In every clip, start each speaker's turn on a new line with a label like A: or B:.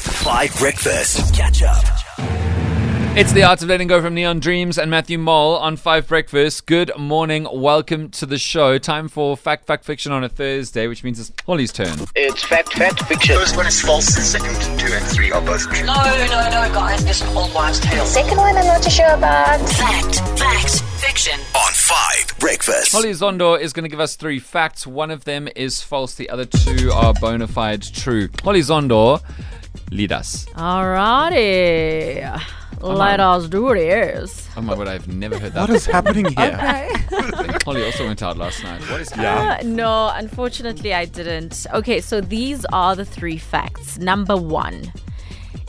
A: Five Breakfast. Catch up.
B: It's the Arts of Letting Go from Neon Dreams and Matthew Mole on Five Breakfast. Good morning, welcome to the show. Time for Fact Fact Fiction on a Thursday, which means it's Holly's turn.
C: It's fact, fact, fiction.
D: First one is false, and second, two and three are both true.
E: No, no, no, guys. It's an old wives' tale.
F: Second one I'm not too sure about.
E: Fact, fact, fiction.
A: On Five Breakfast.
B: Holly Zondo is going to give us three facts. One of them is false, the other two are bona fide true. Holly Zondo, lead us.
G: Alrighty. Let us do this.
B: Oh my word, I've never heard that.
H: What is happening here?
B: I think Holly also went out last night. What is
G: Uh, no, unfortunately, I didn't. Okay, so these are the three facts. Number one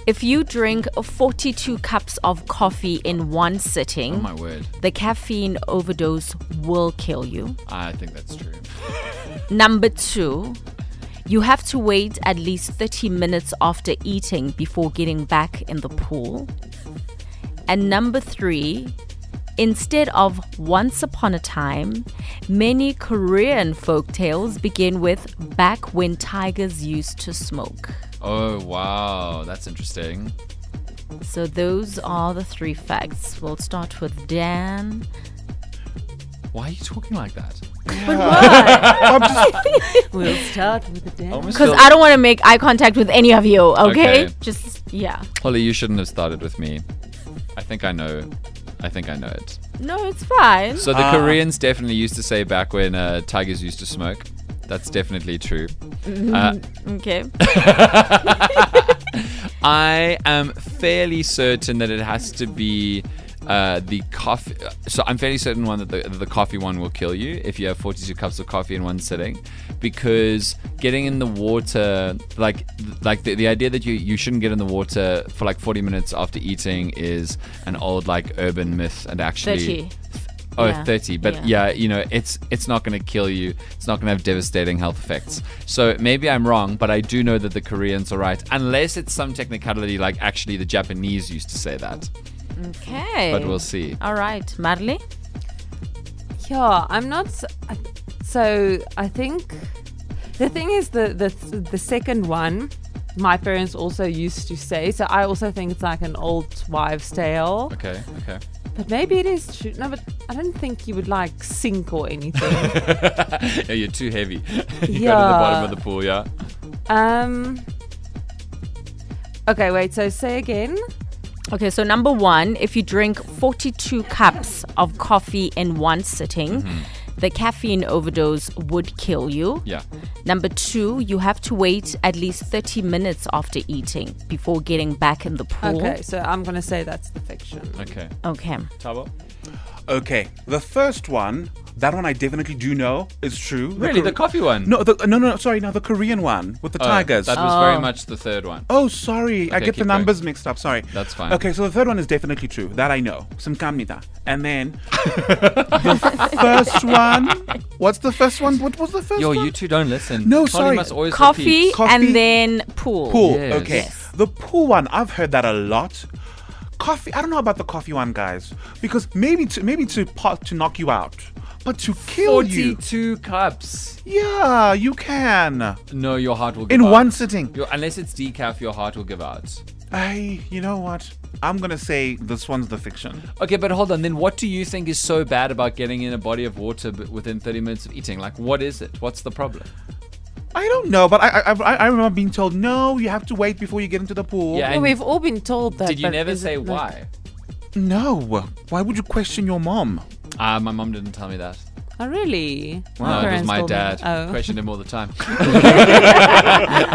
G: if you drink 42 cups of coffee in one sitting,
B: Oh my word,
G: the caffeine overdose will kill you.
B: I think that's true.
G: Number two, you have to wait at least 30 minutes after eating before getting back in the pool. And number three, instead of once upon a time, many Korean folktales begin with back when tigers used to smoke.
B: Oh wow, that's interesting.
G: So those are the three facts. We'll start with Dan.
B: Why are you talking like that?
G: We'll start with
B: I almost
G: because
B: feel-
G: I don't want to make eye contact with any of you, okay?
B: Okay.
G: Just yeah.
B: Holly, you shouldn't have started with me. I think I know. I think I know it.
G: No, it's fine.
B: So the Koreans definitely used to say back when uh, tigers used to smoke. That's definitely true. Uh,
G: Okay.
B: I am fairly certain that it has to be uh, the coffee. So I'm fairly certain one that the, the coffee one will kill you if you have 42 cups of coffee in one sitting, because getting in the water, like like the, the idea that you you shouldn't get in the water for like 40 minutes after eating is an old like urban myth and actually.
G: 30.
B: Oh,
G: Yeah.
B: 30. But yeah.
G: Yeah.
B: you know, it's it's not going to kill you. It's not going to have devastating health effects. So maybe I'm wrong, but I do know that the Koreans are right, unless it's some technicality like actually the Japanese used to say that.
G: Okay.
B: But we'll see.
G: All right, Marley.
I: Yeah, I'm not. s- I- So I think the thing is the the the second one. My parents also used to say, so I also think it's like an old wives' tale.
B: Okay, okay.
I: But maybe it is true. No, but I don't think you would like sink or anything.
B: Yeah, you're too heavy. you go to the
I: Yeah.
B: bottom of the pool, yeah.
I: um. Okay, wait. So say again.
G: Okay, so number one, if you drink 42 cups of coffee in one sitting, the caffeine overdose would kill you.
B: Mm-hmm. Yeah.
G: Number two, you have to wait at least 30 minutes after eating before getting back in the pool.
I: Okay, so I'm gonna say that's the fiction.
B: Okay.
G: Okay.
B: Tabo?
H: Okay, the first one, that one I definitely do know is true.
B: Really,
H: Kor-
B: the coffee one?
H: No, the, no, no, sorry, no, the Korean one with the
B: Oh,
H: tigers.
B: That was very much the third one.
H: Oh, sorry. I
B: Okay,
H: get
B: keep
H: the
B: going.
H: numbers mixed up. Sorry.
B: That's fine.
H: Okay, so the third one is definitely true. That I know. Simkamnita. And then the first one. What's the first one? What was the first
B: Yo,
H: one?
B: you two don't listen.
H: No,
B: Holly
H: sorry.
B: must always
G: Coffee,
B: repeat.
H: Coffee-
G: and then pool.
H: Pool.
B: Yes.
H: Okay.
B: Yes.
H: The pool one, I've heard that a lot. Coffee, I don't know about the coffee one, guys, because maybe to maybe to pot to knock you out, but to kill you,
B: 42 cups.
H: yeah, you can
B: No, your heart will give
H: in
B: out.
H: one sitting.
B: Your- unless it's decaf, your heart will give out.
H: I, you know what? I'm gonna say this one's the fiction.
B: Okay, but hold on. Then what do you think is so bad about getting in a body of water b- within 30 minutes of eating? Like, what is it? What's the problem?
H: I don't know, but I I, I I remember being told no, you have to wait before you get into the pool.
B: Yeah,
I: Well,
B: and
I: we've all been told that.
B: did you
I: but
B: never
I: is
B: say
I: it like-
B: why?
H: No, why would you question your mom?
B: Ah, my mom didn't tell me that.
I: Oh, really?
B: no, it was
I: parents
B: my
I: told me-
B: dad.
I: Oh.
B: Questioned him all the time.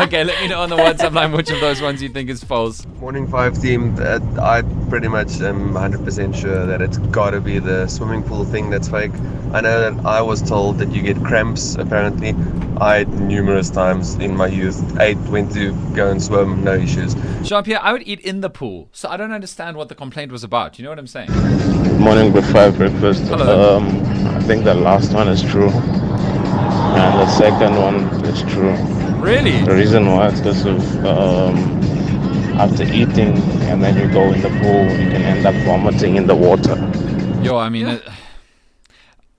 B: okay, let me know on the WhatsApp line which of those ones you think is false.
J: Morning Five team, that I pretty much am 100% sure that it's got to be the swimming pool thing that's fake. I know that I was told that you get cramps, apparently. I, numerous times in my youth, eight went to go and swim, no issues.
B: Jean Pierre, I would eat in the pool, so I don't understand what the complaint was about. You know what I'm saying?
K: Morning with five breakfast.
B: Hello.
K: Um, I think the last one is true, and the second one is true.
B: Really?
K: The reason why is because of um, after eating and then you go in the pool, you can end up vomiting in the water.
B: Yo, I mean, uh,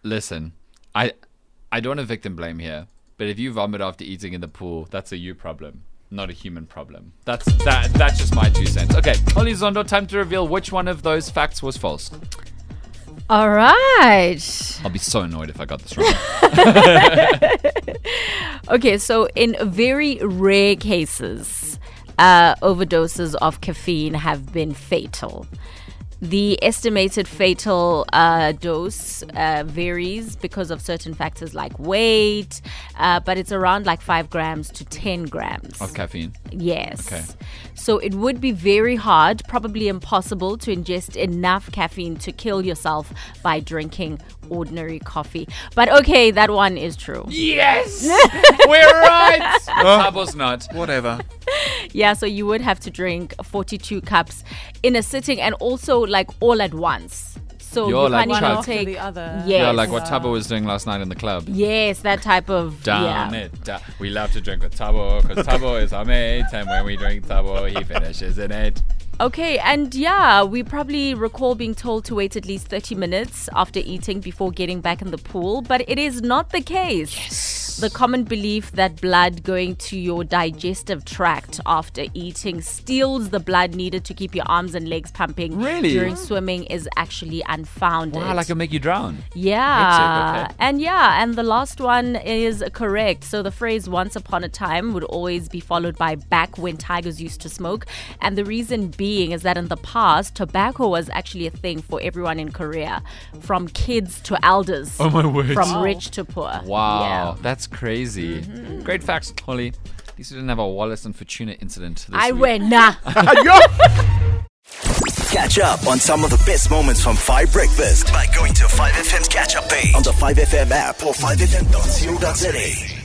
B: listen, I I don't want to victim blame here, but if you vomit after eating in the pool, that's a you problem. not a human problem. That's that. That's just my two cents. Okay, Holly Zondo, time to reveal which one of those facts was false.
G: All right.
B: I'll be so annoyed if I got this wrong.
G: Okay, so in very rare cases, uh, overdoses of caffeine have been fatal. The estimated fatal uh, dose uh, varies because of certain factors like weight, uh, but it's around like 5 grams to 10 grams.
B: of caffeine.
G: Yes.
B: Okay.
G: So it would be very hard, probably impossible, to ingest enough caffeine to kill yourself by drinking ordinary coffee. But okay, that one is true.
B: Yes, we're right. I was not.
H: Whatever.
G: Yeah, so you would have to drink 42 cups in a sitting and also like all at once. So
B: You're
G: you
B: like
G: can't even
B: Chuck.
G: take
I: the other.
G: Yes.
B: Yeah, like what Tabo was doing last night in the club.
G: Yes, that type of
B: Down
G: yeah.
B: it. da- We love to drink with Tabo because Tabo is our mate, and when we drink Tabo, he finishes in it.
G: Okay, and yeah, we probably recall being told to wait at least 30 minutes after eating before getting back in the pool, but it is not the case. The common belief that blood going to your digestive tract after eating steals the blood needed to keep your arms and legs pumping
B: Really?
G: during swimming is actually unfounded.
B: Wow, like it'll make you drown.
G: Yeah.
B: okay.
G: And yeah, and the last one is correct. So the phrase once upon a time would always be followed by back when tigers used to smoke. And the reason being is that in the past, tobacco was actually a thing for everyone in Korea, from kids to elders,
B: Oh my word.
G: from rich to poor.
B: Wow,
G: Yeah. Mm-hmm.
B: that's crazy. Great facts, Holly. At least you didn't have a Wallace and Fortuna incident. This
G: I
B: week.
G: win. Nah.
A: Catch up on some of the best moments from 5 Breakfast by going to 5FM's catch up page on the 5FM app or 5FM.co.za.